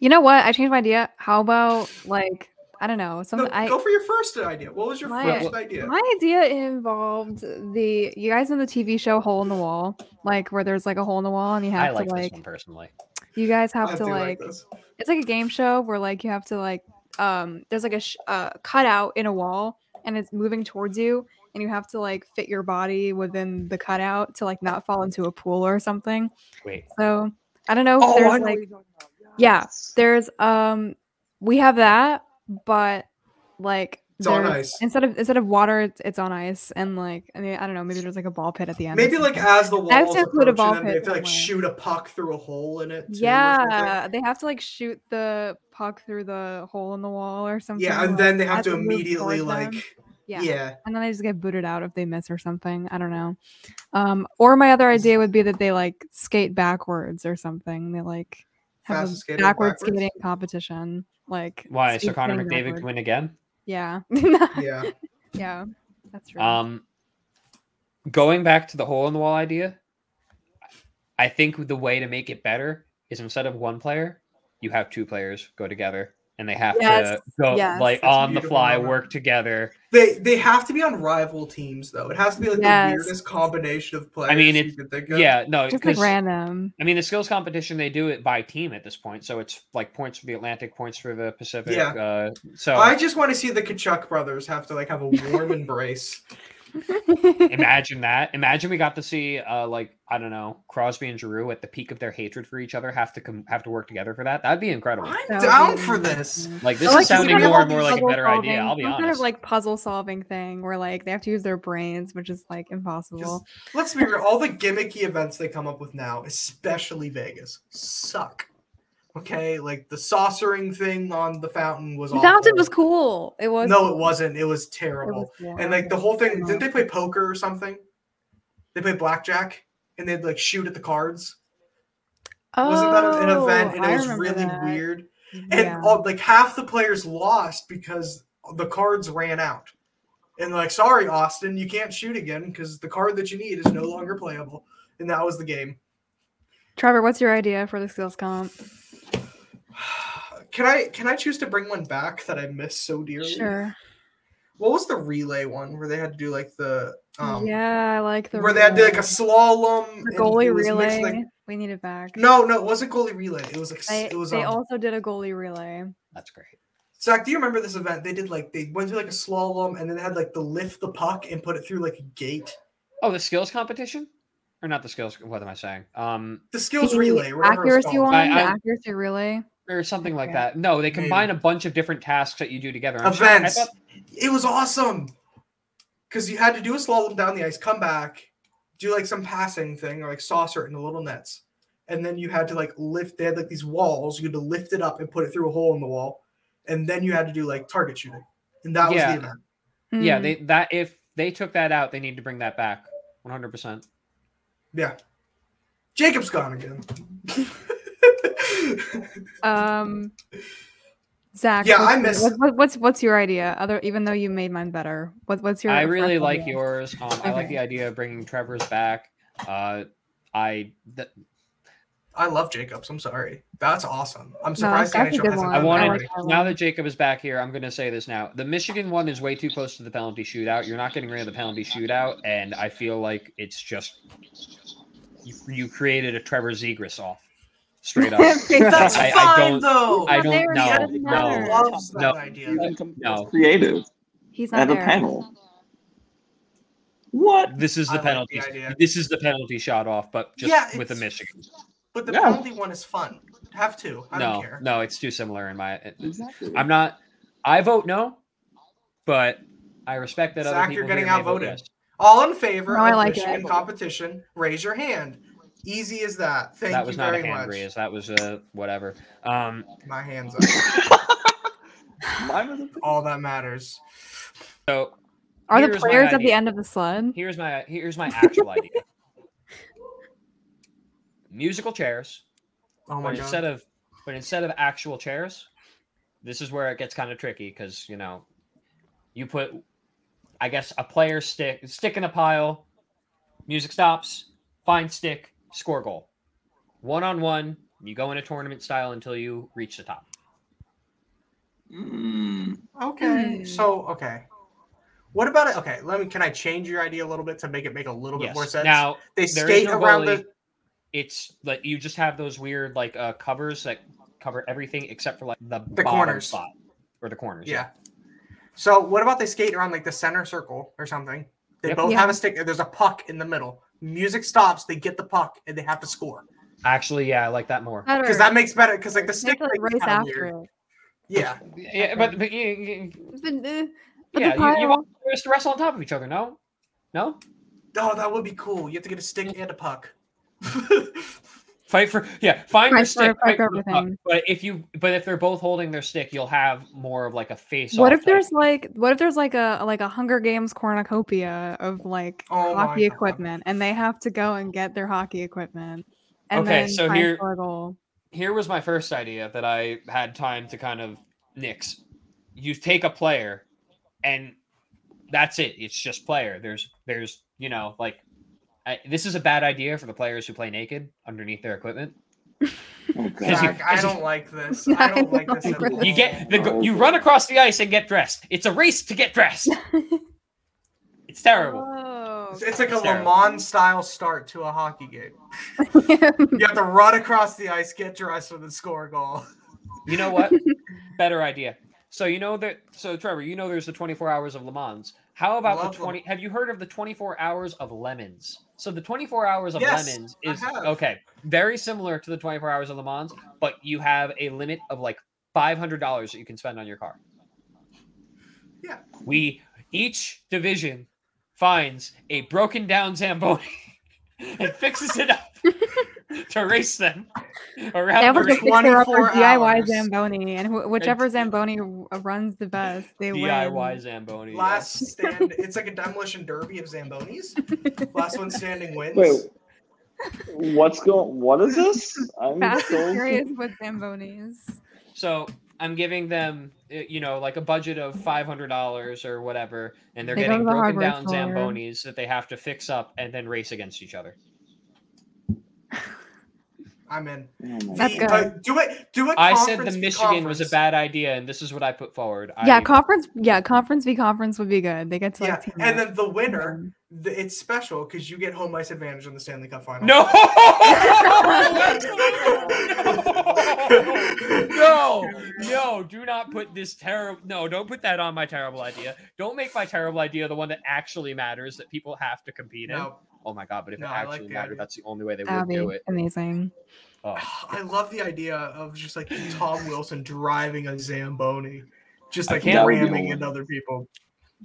You know what? I changed my idea. How about like I don't know
No,
something? I
go for your first idea. What was your
My-
first
Well-
idea?
My idea involved the you guys know the TV show Hole in the Wall, like where there's like a hole in the wall and you
I
have
like
to
this
like
one personally.
you guys have
I
to
do
like,
this.
it's like a game show where like you have to like um there's like a sh- uh, cutout in a wall and it's moving towards you and you have to like fit your body within the cutout to like not fall into a pool or something.
Wait,
So I don't know if
Oh, I
there's
know
like
what you're talking about.
yeah,
Yes.
there's um we have that but like
It's on
there's-
ice.
instead of instead of water it's, it's on ice and like I, mean, I don't know maybe there's like a ball pit at the end or
Maybe like
something.
as the
I have to
walls
include a
approach
ball
them, they have
pit
to like
somewhere.
shoot a puck through a hole in it. too, or something.
yeah they have to like shoot the puck through the hole in the wall or something
Yeah, and
like,
then they have
as
to
it moves
immediately
towards them.
like
yeah.
yeah.
and then they just get booted out if they miss or something I don't know um or my other idea would be that they like skate backwards or something they like have
Fastest
a
skater
backward
backwards.
skating competition like
why? So
speed
Connor
skating
McDavid
backwards.
can win again.
Yeah.
Yeah.
yeah. That's true.
Um, going back to the hole in the wall idea, I think the way to make it better is instead of one player, you have two players go together and they have
Yes,
to go
yes.
like
That's a
on the
beautiful
fly
moment.
work together.
They they have to be on rival teams though. It has to be like
Yes.
the weirdest combination of players.
mean,
you
it's-
could think of.
Yeah, no,
Just like
because
random.
I mean the skills competition they do it by team at this point, so it's like points for the Atlantic, points for the Pacific.
Yeah.
Uh, so
I just want to see the Kachuk brothers have to like have a warm embrace.
imagine that. Imagine we got to see uh like I don't know Crosby and Giroux at the peak of their hatred for each other have to come have to work together for that. That'd be incredible.
I'm
That would
down
be
for
amazing.
this.
Like
I
this
like
is
this
sounding
kind of
more
like
and more like a
puzzle
better
solving-
idea. I'll be
some
honest.
kind of like puzzle solving thing where like they have to use their brains, which is like impossible.
Let's be real. All the gimmicky events they come up with now, especially Vegas, suck. Okay, like the saucering thing on the fountain was
The fountain
awful.
was cool. It was
No,
cool.
it wasn't. It was
It
terrible.
was cool.
and
I
like the
liked
whole
it
thing,
a
didn't they
lot.
play poker or something? They played blackjack and they'd like shoot at the cards.
oh,
Wasn't that an event? And
I
it was
remember
really
that.
weird. And
Yeah.
all, like half the players lost because the cards ran out. And like, sorry, Austin, you can't shoot again because the card that you need is no longer playable. And that was the game.
Trevor, what's your idea for the skills comp?
Can I can I choose to bring one back that I miss so dearly?
Sure.
What was the relay one where they had to do like the um
yeah, I like the
where they had to do like a
relay.
slalom
The
and it
goalie
was
relay.
mixed, like,
we need it back.
no, no, it wasn't goalie relay. It was like s-
They,
it was
they
um,
also did a goalie relay.
That's great.
Zach, do you remember this event? They did like they went through like a slalom and then they had like the lift the puck and put it through like a gate.
Oh, the skills competition, or not the skills? What am I saying? Um,
The skills
The
relay, whatever it's
accuracy
called.
one,
I-
the
I-
accuracy relay.
or something like
Okay.
that. No, they combine a bunch of different tasks that you do together. I'm sure- Uh, I
Events.
thought-
It was awesome because you had to do a slalom down the ice, come back, do like some passing thing or like saucer in the little nets, and then you had to like lift. They had like these walls. You had to lift it up and put it through a hole in the wall, and then you had to do like target shooting, and that
Yeah.
was the event.
Yeah,
Mm.
they that if they took that out, they need to bring that back. 100. percent
Yeah, Jacob's gone again.
um Zach.
Yeah,
what's-
I miss-
What, what, what's what's your idea? Other even though you made mine better, what, what's your?
I really
fresh
like
idea?
yours. Um, I like
Okay.
the idea of bringing Trevor's back. Uh, I th-
I love Jacob's. I'm sorry. That's awesome. I'm
No,
surprised
that's a
the NHL
good
hasn't.
one.
done
I
that
wanted
like
already.
that
now
one.
that Jacob is back here. I'm going to say this now. The Michigan one is way too close to the penalty shootout. You're not getting rid of the penalty shootout, and I feel like it's just you, you created a Trevor Zegras off straight up.
That's
I- I
fine
don't-
though.
I
Not
don't
there,
know.
it doesn't
No.
matter.
Loves that
No.
idea.
Even come-
No.
creative
He's not
at a
there.
panel. What?
This is
I
the
like
penalty.
the idea.
this is the penalty shot off, but just
Yeah,
with a
it's-
Michigan.
But the
Yeah.
penalty one is fun. Have two. I don't
No,
care.
no, it's too similar in my.
Exactly.
I'm not. I vote no, but I respect that
Zach,
other people
you're getting
here may vote
outvoted.
yes.
All in favor
No, I
of
like
Michigan
it.
competition? Raise your hand. Easy as that. Thank
that
you
was not
very
a hand
much.
raise. That was a whatever. Um,
My hands up.
Mine was a-
All that matters.
so
Are the
Here's my
players at the
idea.
end of the sled?
here's my here's my actual idea. Musical chairs,
Oh my
but
god.
instead of but instead of actual chairs, this is where it gets kind of tricky because you know, you put, I guess, a player stick stick in a pile, music stops, find stick, score goal, one on one. You go in a tournament style until you reach the top.
Mm.
okay.
Hmm.
So okay. What about it? Okay, let me. Can I change your idea a little bit to make it make a little bit
Yes.
more sense?
Now
they
there is
skate
no
around
goalie.
the.
it's like you just have those weird like uh covers that cover everything except for like the,
The
bottom
corners.
spot or the corners.
Yeah. So what about they skate around like the center circle or something? They
Yep.
both
Yeah.
have a stick. There's a puck in the middle. Music stops. They get the puck and they have to score
Actually, yeah, I like that more.
because that makes better. Because like the
They have
stick
to, like,
thing is
race
kinda
after
weird.
it.
Yeah,
Yeah, but, but you, you,
But, uh, but
yeah, you,
the
you
pile-
want players to wrestle on top of each other, no? No?
oh, that would be cool. You have to get a stick and a puck.
Fight for yeah, find your
Fight for-
stick.
fight
Fight
for
for the puck.
everything.
But if you but if they're both holding their stick, you'll have more of like a face
what
off
if
type.
there's like what if there's like a like a Hunger Games cornucopia of like
Oh my
hockey
God.
equipment, and they have to go and get their hockey equipment, and
Okay,
then
so
try and
here-
score a goal.
here was my first idea that I had time to kind of nix. You take a player and that's it. It's just player. There's there's you know like I, this is a bad idea for the players who play naked underneath their equipment.
Oh, God.
Is he-
Zach, I
is he-
don't like this. I don't like this at all.
You
You get the go- you run across the ice and get dressed. It's a race to get dressed. It's terrible.
Oh,
It's- It's like a
Sarah.
Le Mans style start to a hockey game. You have to run across the ice, get dressed, and then score a goal.
You know what? Better idea. So you know that. So Trevor, you know there's the 24 hours of Le Mans. How about
Love
the
Le
20? Have you heard of the 24 hours of lemons? So the 24 hours of
Yes,
lemons
I
is
have.
okay. Very similar to the 24 hours of Le Mans, but you have a limit of like $500 that you can spend on your car.
Yeah.
We each division finds a broken down Zamboni and fixes it up to race them around.
they have
the
like a
race.
fixer upper
24
DIY
hours.
Zamboni, and wh- whichever Zamboni w- runs the best, they win.
DIY Zamboni. yeah.
Last stand. It's like a demolition derby of Zambonis. Last one standing wins.
Wait, what's going? What is this? I'm
Fast
so
and furious with Zambonis.
So I'm giving them, uh, you know, like a budget of five hundred dollars or whatever, and they're
They go to
getting
the
broken
hardware
down
store.
zambonis that they have to fix up and then race against each other.
I'm in.
Oh my
That's
The-
good.
uh, do it. Do it.
I said the Michigan was a bad idea, and this is what I put forward.
Yeah,
I,
conference. Yeah, conference v conference would be good. They get to
Yeah,
like team
and
up.
then the winner. The, it's special because you get home ice advantage in the Stanley Cup final.
no, no,
no.
no, no! Do not put this terrible. No, don't put that on my terrible idea. Don't make my terrible idea the one that actually matters that people have to compete in.
No.
Oh my god! But if
No,
it
I like
actually
the
mattered,
idea.
that's the only way they would
That would
do
be
it.
amazing.
Oh,
I love the idea of just like Tom Wilson driving a Zamboni, just
I
like
can't
wait to
ramming
go
into
on.
other people.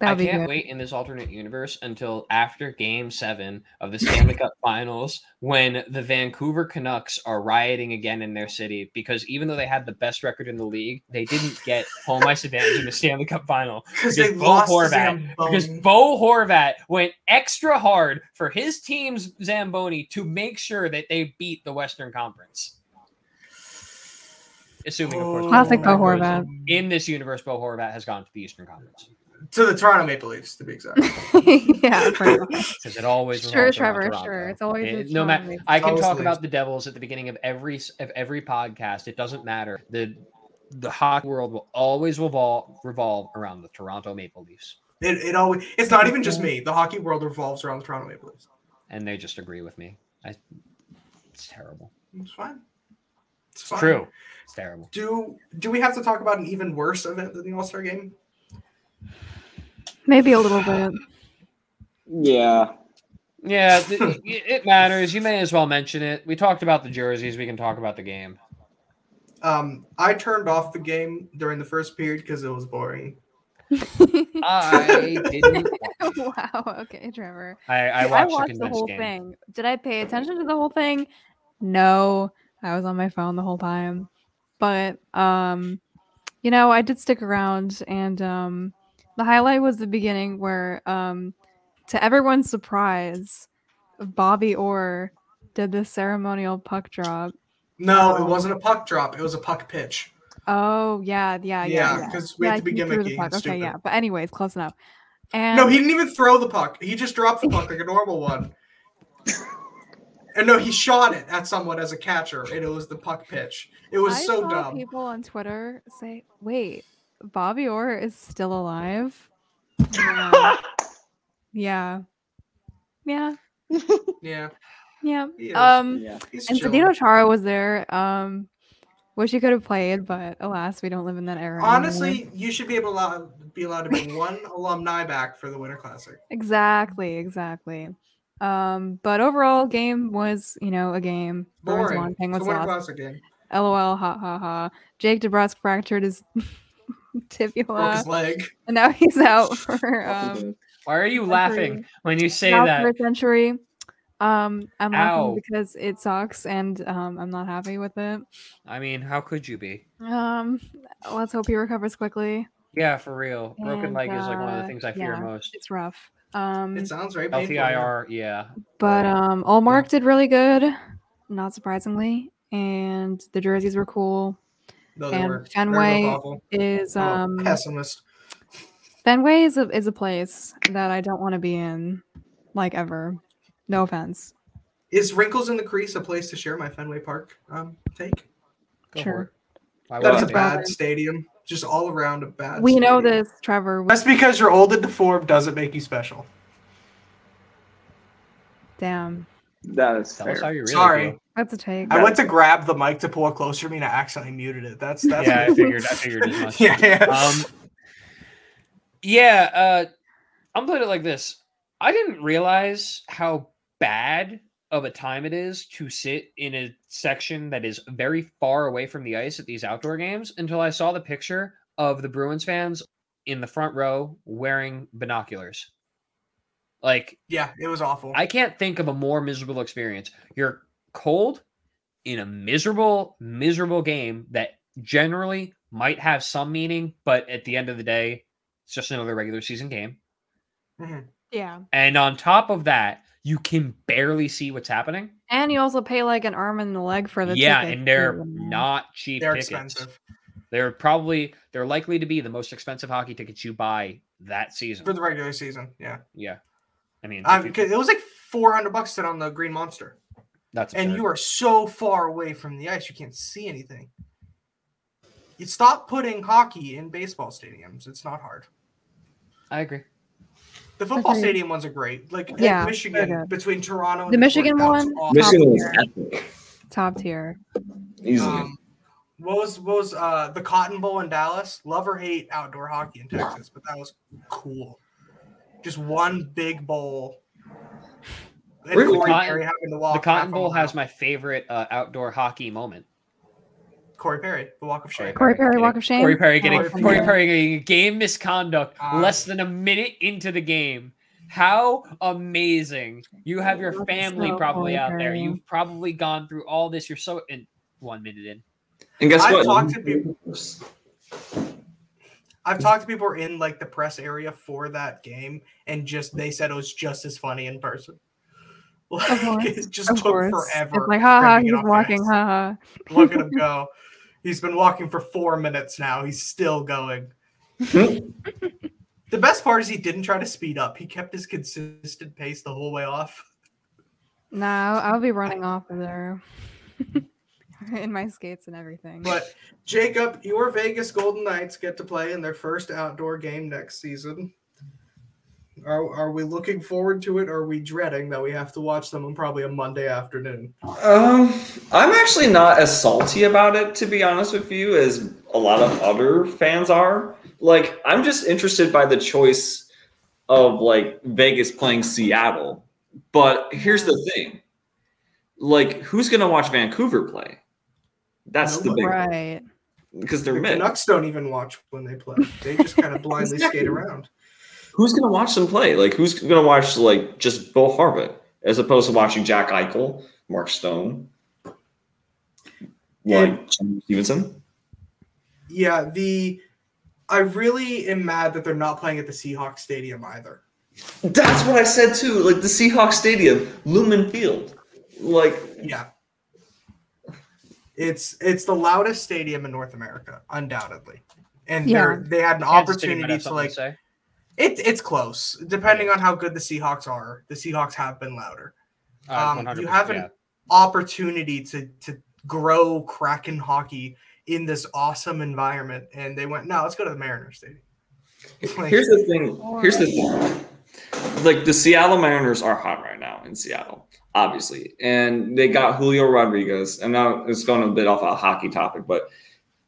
I
That'd be
can't
good.
wait in this alternate universe until after Game Seven of the Stanley Cup Finals, when the Vancouver Canucks are rioting again in their city because even though they had the best record in the league, they didn't get home ice advantage in the Stanley Cup Final
Because
Because
they
Bo
lost the
Horvat-
Zamboni.
because Bo Horvat went extra hard for his team's Zamboni to make sure that they beat the Western Conference. Assuming, of course,
Oh.
Classic Bo
goes-
Horvat.
In this universe, Bo Horvat has gone to the Eastern Conference
to the Toronto Maple Leafs, to be exact.
yeah, pretty much.
because it always
Sure,
revolves around
Trevor,
Toronto.
sure. It's always
It-
the
no matter.
Toronto
I can
Always
talk
leaves.
about the Devils at the beginning of every s- of every podcast. It doesn't matter. the The hockey world will always revolve revolve around the Toronto Maple Leafs,
It, it always it's not even just me. The hockey world revolves around the Toronto Maple Leafs.
and they just agree with me. I, it's terrible.
It's fine. It's
It's
fine.
true. It's terrible.
Do do we have to talk about an even worse event than the All Star Game?
Maybe a little bit.
Yeah.
Yeah, th- it, it matters. You may as well mention it. We talked about the jerseys. We can talk about the game.
Um, I turned off the game during the first period because it was boring.
I didn't. watch it.
wow. Okay, Trevor.
I, I
I
watched,
watched
the
the
condensed
whole
game.
thing. Did I pay attention to the whole thing? No, I was on my phone the whole time. But um, you know, I did stick around, and um, the highlight was the beginning where, um, to everyone's surprise, Bobby Orr did the ceremonial puck drop.
No, it wasn't a puck drop. It was a puck pitch.
Oh yeah, yeah, yeah. yeah.
because we
Yeah,
had to be
he threw the
gimmicky.
puck.
and
Okay,
stupid.
yeah. But anyways, close enough. And
No, he didn't even throw the puck. He just dropped the puck like a normal one. And no, he shot it at someone as a catcher, and it was the puck pitch. It was
I
so
saw
dumb.
people on Twitter say, "Wait, Bobby Orr is still alive." yeah, yeah, yeah.
Yeah.
yeah.
he is.
Um,
yeah.
He's
and
chill.
Zdeno Chara was there. Um, wish he could have played, but alas, we don't live in that era. anymore.
Honestly, you should be able to allow, be allowed to bring one alumni back for the Winter Classic.
exactly, exactly. Um, but overall, game was you know a game. Bruins
Boring.
won,
It's the
Penguins
Winter
lost.
Classic game.
LOL, ha ha ha. Jake DeBrusque fractured his
Broke
tibia,
his leg.
and now he's out for um,
Fucking
Why are you
Agree.
laughing when you say
now
that?
for a century. Um, I'm
Ow.
laughing because it sucks and um, I'm not happy with it.
I mean, how could you be?
Um, let's hope he recovers quickly.
Yeah, for real. Broken
And,
leg is like one of
uh,
the things I fear
yeah.
most.
It's rough. Um,
It sounds very painful. yeah.
LTIR, yeah.
but um, Allmark did really good, not surprisingly, and the jerseys were cool.
No, they
And
were. They
Fenway
were awful.
Is
I'm
um,
a pessimist.
Fenway is a is a place that I don't want to be in, like ever. No offense.
Is Wrinkles in the Crease a place to share my Fenway Park um, take?
Go
Sure.
for it. Why
That's a
wouldn't they?
be.
bad stadium. Just all around a bad.
we know
stadium.
this, Trevor.
Just because you're old and deformed doesn't make you special.
Damn,
That is
Tell us how
fair.
you really
Sorry.
feel.
that's a take.
I went to grab the mic to pull it closer to me, and I accidentally muted it. That's that's.
Yeah, I figured. I figured as much.
yeah, yeah.
Um, yeah, uh, I'm putting it like this. I didn't realize how bad of a time it is to sit in a section that is very far away from the ice at these outdoor games until I saw the picture of the Bruins fans in the front row wearing binoculars. Like
yeah, it was awful.
I can't think of a more miserable experience. You're cold in a miserable, miserable game that generally might have some meaning, but at the end of the day, it's just another regular season game.
Mhm.
Yeah.
And on top of that, you can barely see what's happening.
And you also pay like an arm and a leg for the
yeah,
ticket,
and they're
too, you know?
not cheap
They're
tickets.
expensive
They're probably they're likely to be the most expensive hockey tickets you buy that season.
for the regular season. Yeah,
yeah. I mean,
I,
if you-
it was like four hundred bucks sit on the Green Monster,
that's
and
absurd.
you are so far away from the ice, you can't see anything. You stop putting hockey in baseball stadiums. It's not hard.
I agree.
The football
Agreed.
stadium ones are great. Like in
Yeah,
Michigan
good.
between Toronto. and
The Michigan
Detroit,
one?
that was awesome.
Michigan
Michigan
was
was
top tier.
Easily.
Um, what was what was uh the Cotton Bowl in Dallas? Love or hate outdoor hockey in Texas, but that was cool. Just one big bowl. And
Really?
Corey
Cotton-
Perry having to walk.
The Cotton
half a
Bowl
mile.
has my favorite uh, outdoor hockey moment.
Corey Perry, the walk of shame.
Corey Perry, Walk of Shame.
Corey Perry getting
Corey
Corey
Perry.
Perry getting game misconduct
Ah.
less than a minute into the game. How amazing! You have your
Love to
family
smell
probably
Corey
out there.
Perry.
You've probably gone through all this. You're so in one minute in.
And guess
I've
what?
talked to people. I've talked to people who are in like the press area for that game, and just they said it was just as funny in person. Like,
course,
it just
Of
took
course.
forever.
It's like,
for him to
haha,
get
he's
off the
walking,
ice.
haha.
Look at him go. He's been walking for four minutes now. He's still going.
Hmm?
the best part is he didn't try to speed up. He kept his consistent pace the whole way off.
No, I'll be running off of there in my skates and everything.
But Jacob, your Vegas Golden Knights get to play in their first outdoor game next season. Are, are we looking forward to it? Or are we dreading that we have to watch them on probably a Monday afternoon?
Um, I'm actually not as salty about it, to be honest with you, as a lot of other fans are. Like, I'm just interested by the choice of like Vegas playing Seattle. But here's the thing: like, who's gonna watch Vancouver play? That's the big
right.
because
The
they're mid.
Canucks don't even watch when they play. They just kind of blindly skate around.
Who's gonna watch them play? Like, who's gonna watch like just Bo Harvick as opposed to watching Jack Eichel, Mark Stone, like Jim Stevenson?
Yeah, the I really am mad that they're not playing at the Seahawks Stadium either.
That's what I said too. Like the Seahawks Stadium, Lumen Field. Like
Yeah. It's it's the loudest stadium in North America, undoubtedly. And
Yeah.
they're they had an
Kansas City might
opportunity
have
to
something
like
say.
It, it's close. Depending on how good the Seahawks are, the Seahawks have been louder.
Uh,
um,
100%,
you haven't-
yeah.
Opportunity to to grow Kraken hockey in this awesome environment, and they went, no, let's go to the Mariners Stadium. Like,
here's the thing. Here's the thing. Like the Seattle Mariners are hot right now in Seattle, obviously, and they got Julio Rodriguez. And now it's going a bit off a hockey topic, but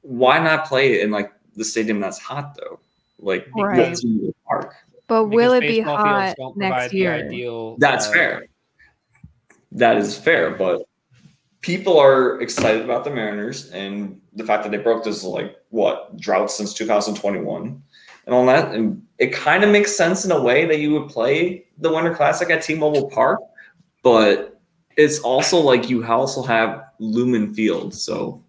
why not play it in like the stadium that's hot though? Like
Right.
that's in the park.
But will
Because
it be
baseball fields
hot
don't provide
next
the
year?
Ideal,
That's
uh,
fair. That is fair, but people are excited about the Mariners and the fact that they broke this like what drought since 2021 and all that. And it kind of makes sense in a way that you would play the Winter Classic at T-Mobile Park, but it's also like you also have Lumen Field, so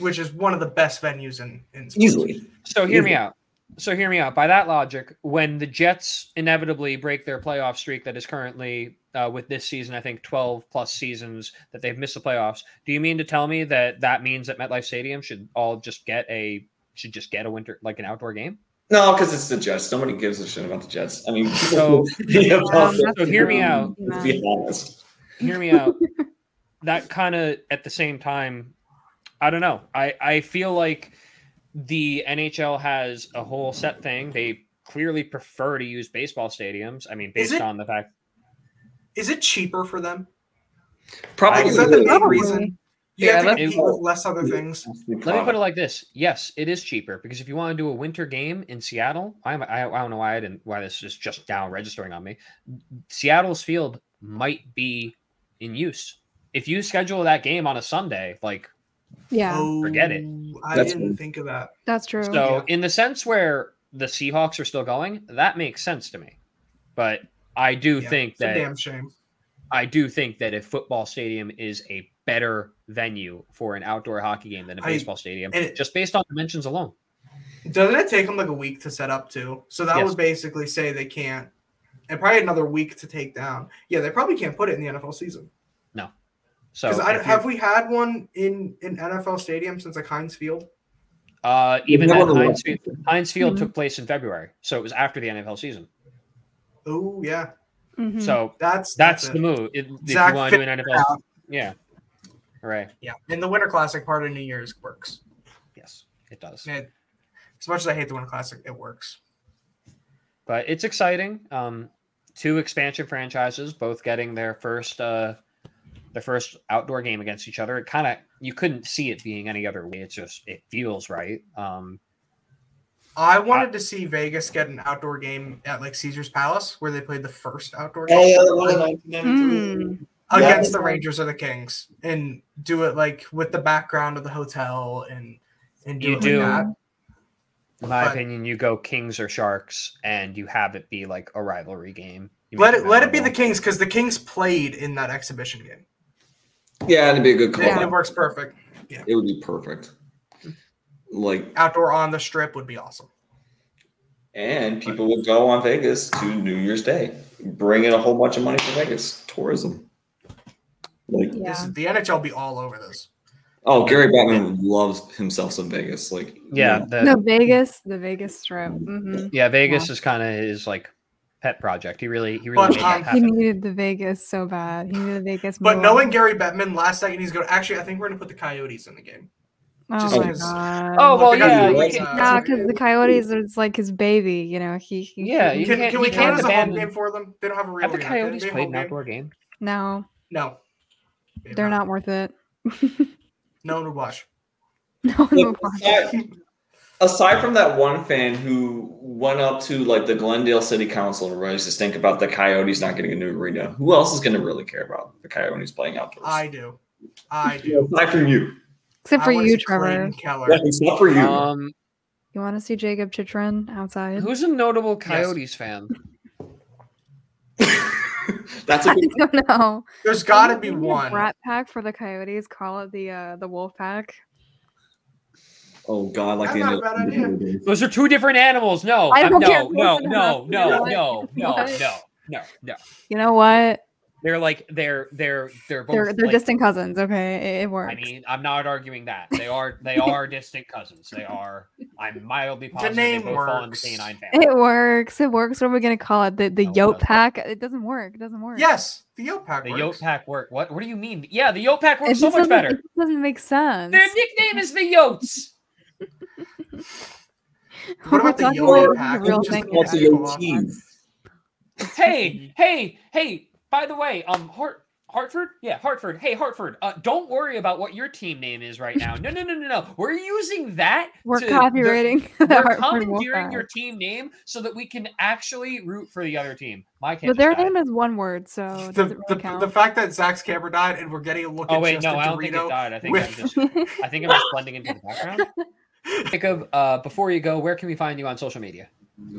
which is one of the best venues in in sports.
easily.
So hear me
Easy.
out. So hear me out. By that logic, when the Jets inevitably break their playoff streak that is currently uh, with this season, I think twelve plus seasons that they've missed the playoffs. Do you mean to tell me that that means that MetLife Stadium should all just get a should just get a winter like an outdoor game?
No, because it's the Jets. Nobody gives a shit about the Jets. I mean,
So-
Yeah, about
Um,
the-
So hear me out.
let's be honest.
Hear me out. That kind of at the same time, I don't know. I I feel like the NHL has a whole set thing. They clearly prefer to use baseball stadiums. I mean,
Is
based
it-
on the fact.
Is it cheaper for them?
Probably
Is that the main
Probably.
reason? You
Yeah,
have to
that's-
compete with less other things.
Let me put it like this: Yes, it is cheaper because if you want to do a winter game in Seattle, I'm, I I don't know why I didn't why this is just now registering on me. Seattle's field might be in use if you schedule that game on a Sunday. Like
Yeah,
Oh,
Forget it.
I
That's
didn't
weird.
think of that.
that's true.
so, in the sense where the Seahawks are still going, that makes sense to me. But I do
Yeah,
think
It's a
that
damn shame.
I do think that a football stadium is a better venue for an outdoor hockey game than a
I-
baseball stadium,
and it-
just based on dimensions alone.
Doesn't it take them like a week to set up too? So that
Yes.
would basically say they can't, and probably another week to take down. Yeah, they probably can't put it in the NFL season.
So
Because
if you-
have we had one in an NFL stadium since like Heinz Field?
Uh, even
Never
that
mind.
Heinz Field, Heinz Field
Mhm.
took place in February, so it was after the NFL season.
Oh yeah,
Mhm.
So
that's
that's,
it.
the move. It, if
Zach
you want to do an NFL,
out.
yeah, right,
yeah. And the Winter Classic part of New Year's works.
yes, it does.
It, as much as I hate the Winter Classic, it works.
But it's exciting. Um, two expansion franchises both getting their first uh, their first outdoor game against each other. It kind of you couldn't see it being any other way. It's just it feels right. Um,
I wanted to see Vegas get an outdoor game at like Caesar's Palace where they played the first outdoor
Yeah,
game
yeah, the one in 1993.
Mm.
Oh,
Yeah.
against the Rangers or the Kings and do it like with the background of the hotel and and do
You
it
do.
like that.
In my
But-
opinion, you go Kings or Sharks, and you have it be like a rivalry game. You
Let
make
it let it be the
memorable.
Kings because the Kings played in that exhibition game.
Hmm. Yeah, it'd be a good call.
It- It works perfect.
It would be perfect. Like,
Outdoor on the strip would be awesome.
and people would go on Vegas to New Year's Day, bring in a whole bunch of money to Vegas tourism. Like,
This
Yeah.
is, the NHL be all over this.
oh, Gary Batman loves himself some Vegas. Like,
Yeah, the,
No, Vegas, the Vegas Strip. hmm
yeah. Vegas is kind of his like pet project. He really he really
But,
made
um,
that
Uh, He
happen.
needed the Vegas so bad. He needed the Vegas.
But
more.
knowing Gary Bettman last second, he's going. to Actually, I think we're going to put the Coyotes in the game.
oh
just
my
his-
god.
Oh well,
Look at
yeah.
you,
You
like,
can,
uh,
Nah, because the Coyotes are it's like his baby, you know. He, he
Yeah,
he-
you
Can,
can't-
can we
you
count
can't
as a home
abandon-
game for them? They don't have a real.
have the
arena. Can it
Coyotes
be a
played
home
an
game?
outdoor game?
no,
No, They're
they're not worth it.
No one would watch.
No one
Look,
will watch it.
aside, aside from that one fan who went up to like the Glendale City Council and raised his stink about the Coyotes not getting a new arena, who else is going to really care about the Coyotes playing outdoors?
I do. I do.
Aside from you,
Except
I
for
wanna
you,
see
Trevor.
Clayton Keller.
yeah, except for you.
Uh,
Um,
You want to see Jacob Chitrin outside?
who's a notable Coyotes fan?
That's a
I
good.
don't know.
There's got to be
Maybe a
one.
Brat pack for the Coyotes. Call it the uh, the Wolf Pack.
Oh God, like
That's
the
not
end
a
of
bad idea.
Those are two different animals. No,
I
I'm-
don't care.
no, no,
Listen
no,
up. You know
no,
what?
no, no,
You know
no,
what?
no, no.
You know what?
They're like they're they're they're both.
They're they're
like,
distant cousins. Okay, it, it works.
I mean, I'm not arguing that they are they are distant cousins. They are. I'm mildly positive
name
they both fall in the
works.
canine family.
it works. It works. What are we gonna call it? The the
Oh,
No, it
Yote
doesn't.
Pack. It doesn't work. It doesn't work.
Yes, the Yoke Pack.
The
works.
yoke pack work. What? What do you mean? Yeah, the yoke pack
It
works so
just
much
doesn't-
better.
It doesn't make sense.
Their nickname is the yotes.
What
We're
about the
talking
Yote
about
Pack?
the real
Just
thing
call it
here.
the Yote Pack.
hey, hey, hey! By the way, um, Hart Hartford, yeah, Hartford. Hey, Hartford. Uh, don't worry about what your team name is right now. No, no, no, no, no. We're using that.
We're
to-
copywriting. the
We're, we're
Hartford Wolf
commandeering
Pack.
your team name so that we can actually root for the other team. My can't.
But
just
their
die.
name is one word, so it
The,
Oh, doesn't
the,
really count.
the fact that Zach's camera died and we're getting a look
Oh
at
wait,
just
no,
a
I don't think it
Dorito.
died. I think I'm
with-
just. I think I'm just blending into the background. Jacob, uh, before you go, where can we find you on social media?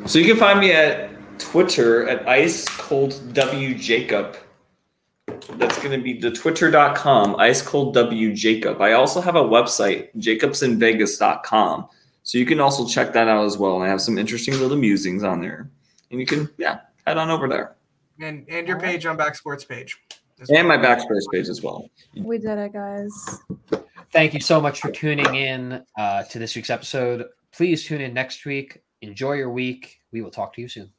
So you can find me at Twitter at ice cold w jacob. That's going to be the twitter.com ice cold w jacob. I also have a website jacobsinvegas.com. So you can also check that out as well. And I have some interesting little musings on there. And you can yeah, head on over there.
and and your
Alright.
page on Back Sports page. as
And my
well.
backspace page as well.
we did it, guys.
Thank you so much for tuning in uh, to this week's episode. Please tune in next week. Enjoy your week. We will talk to you soon.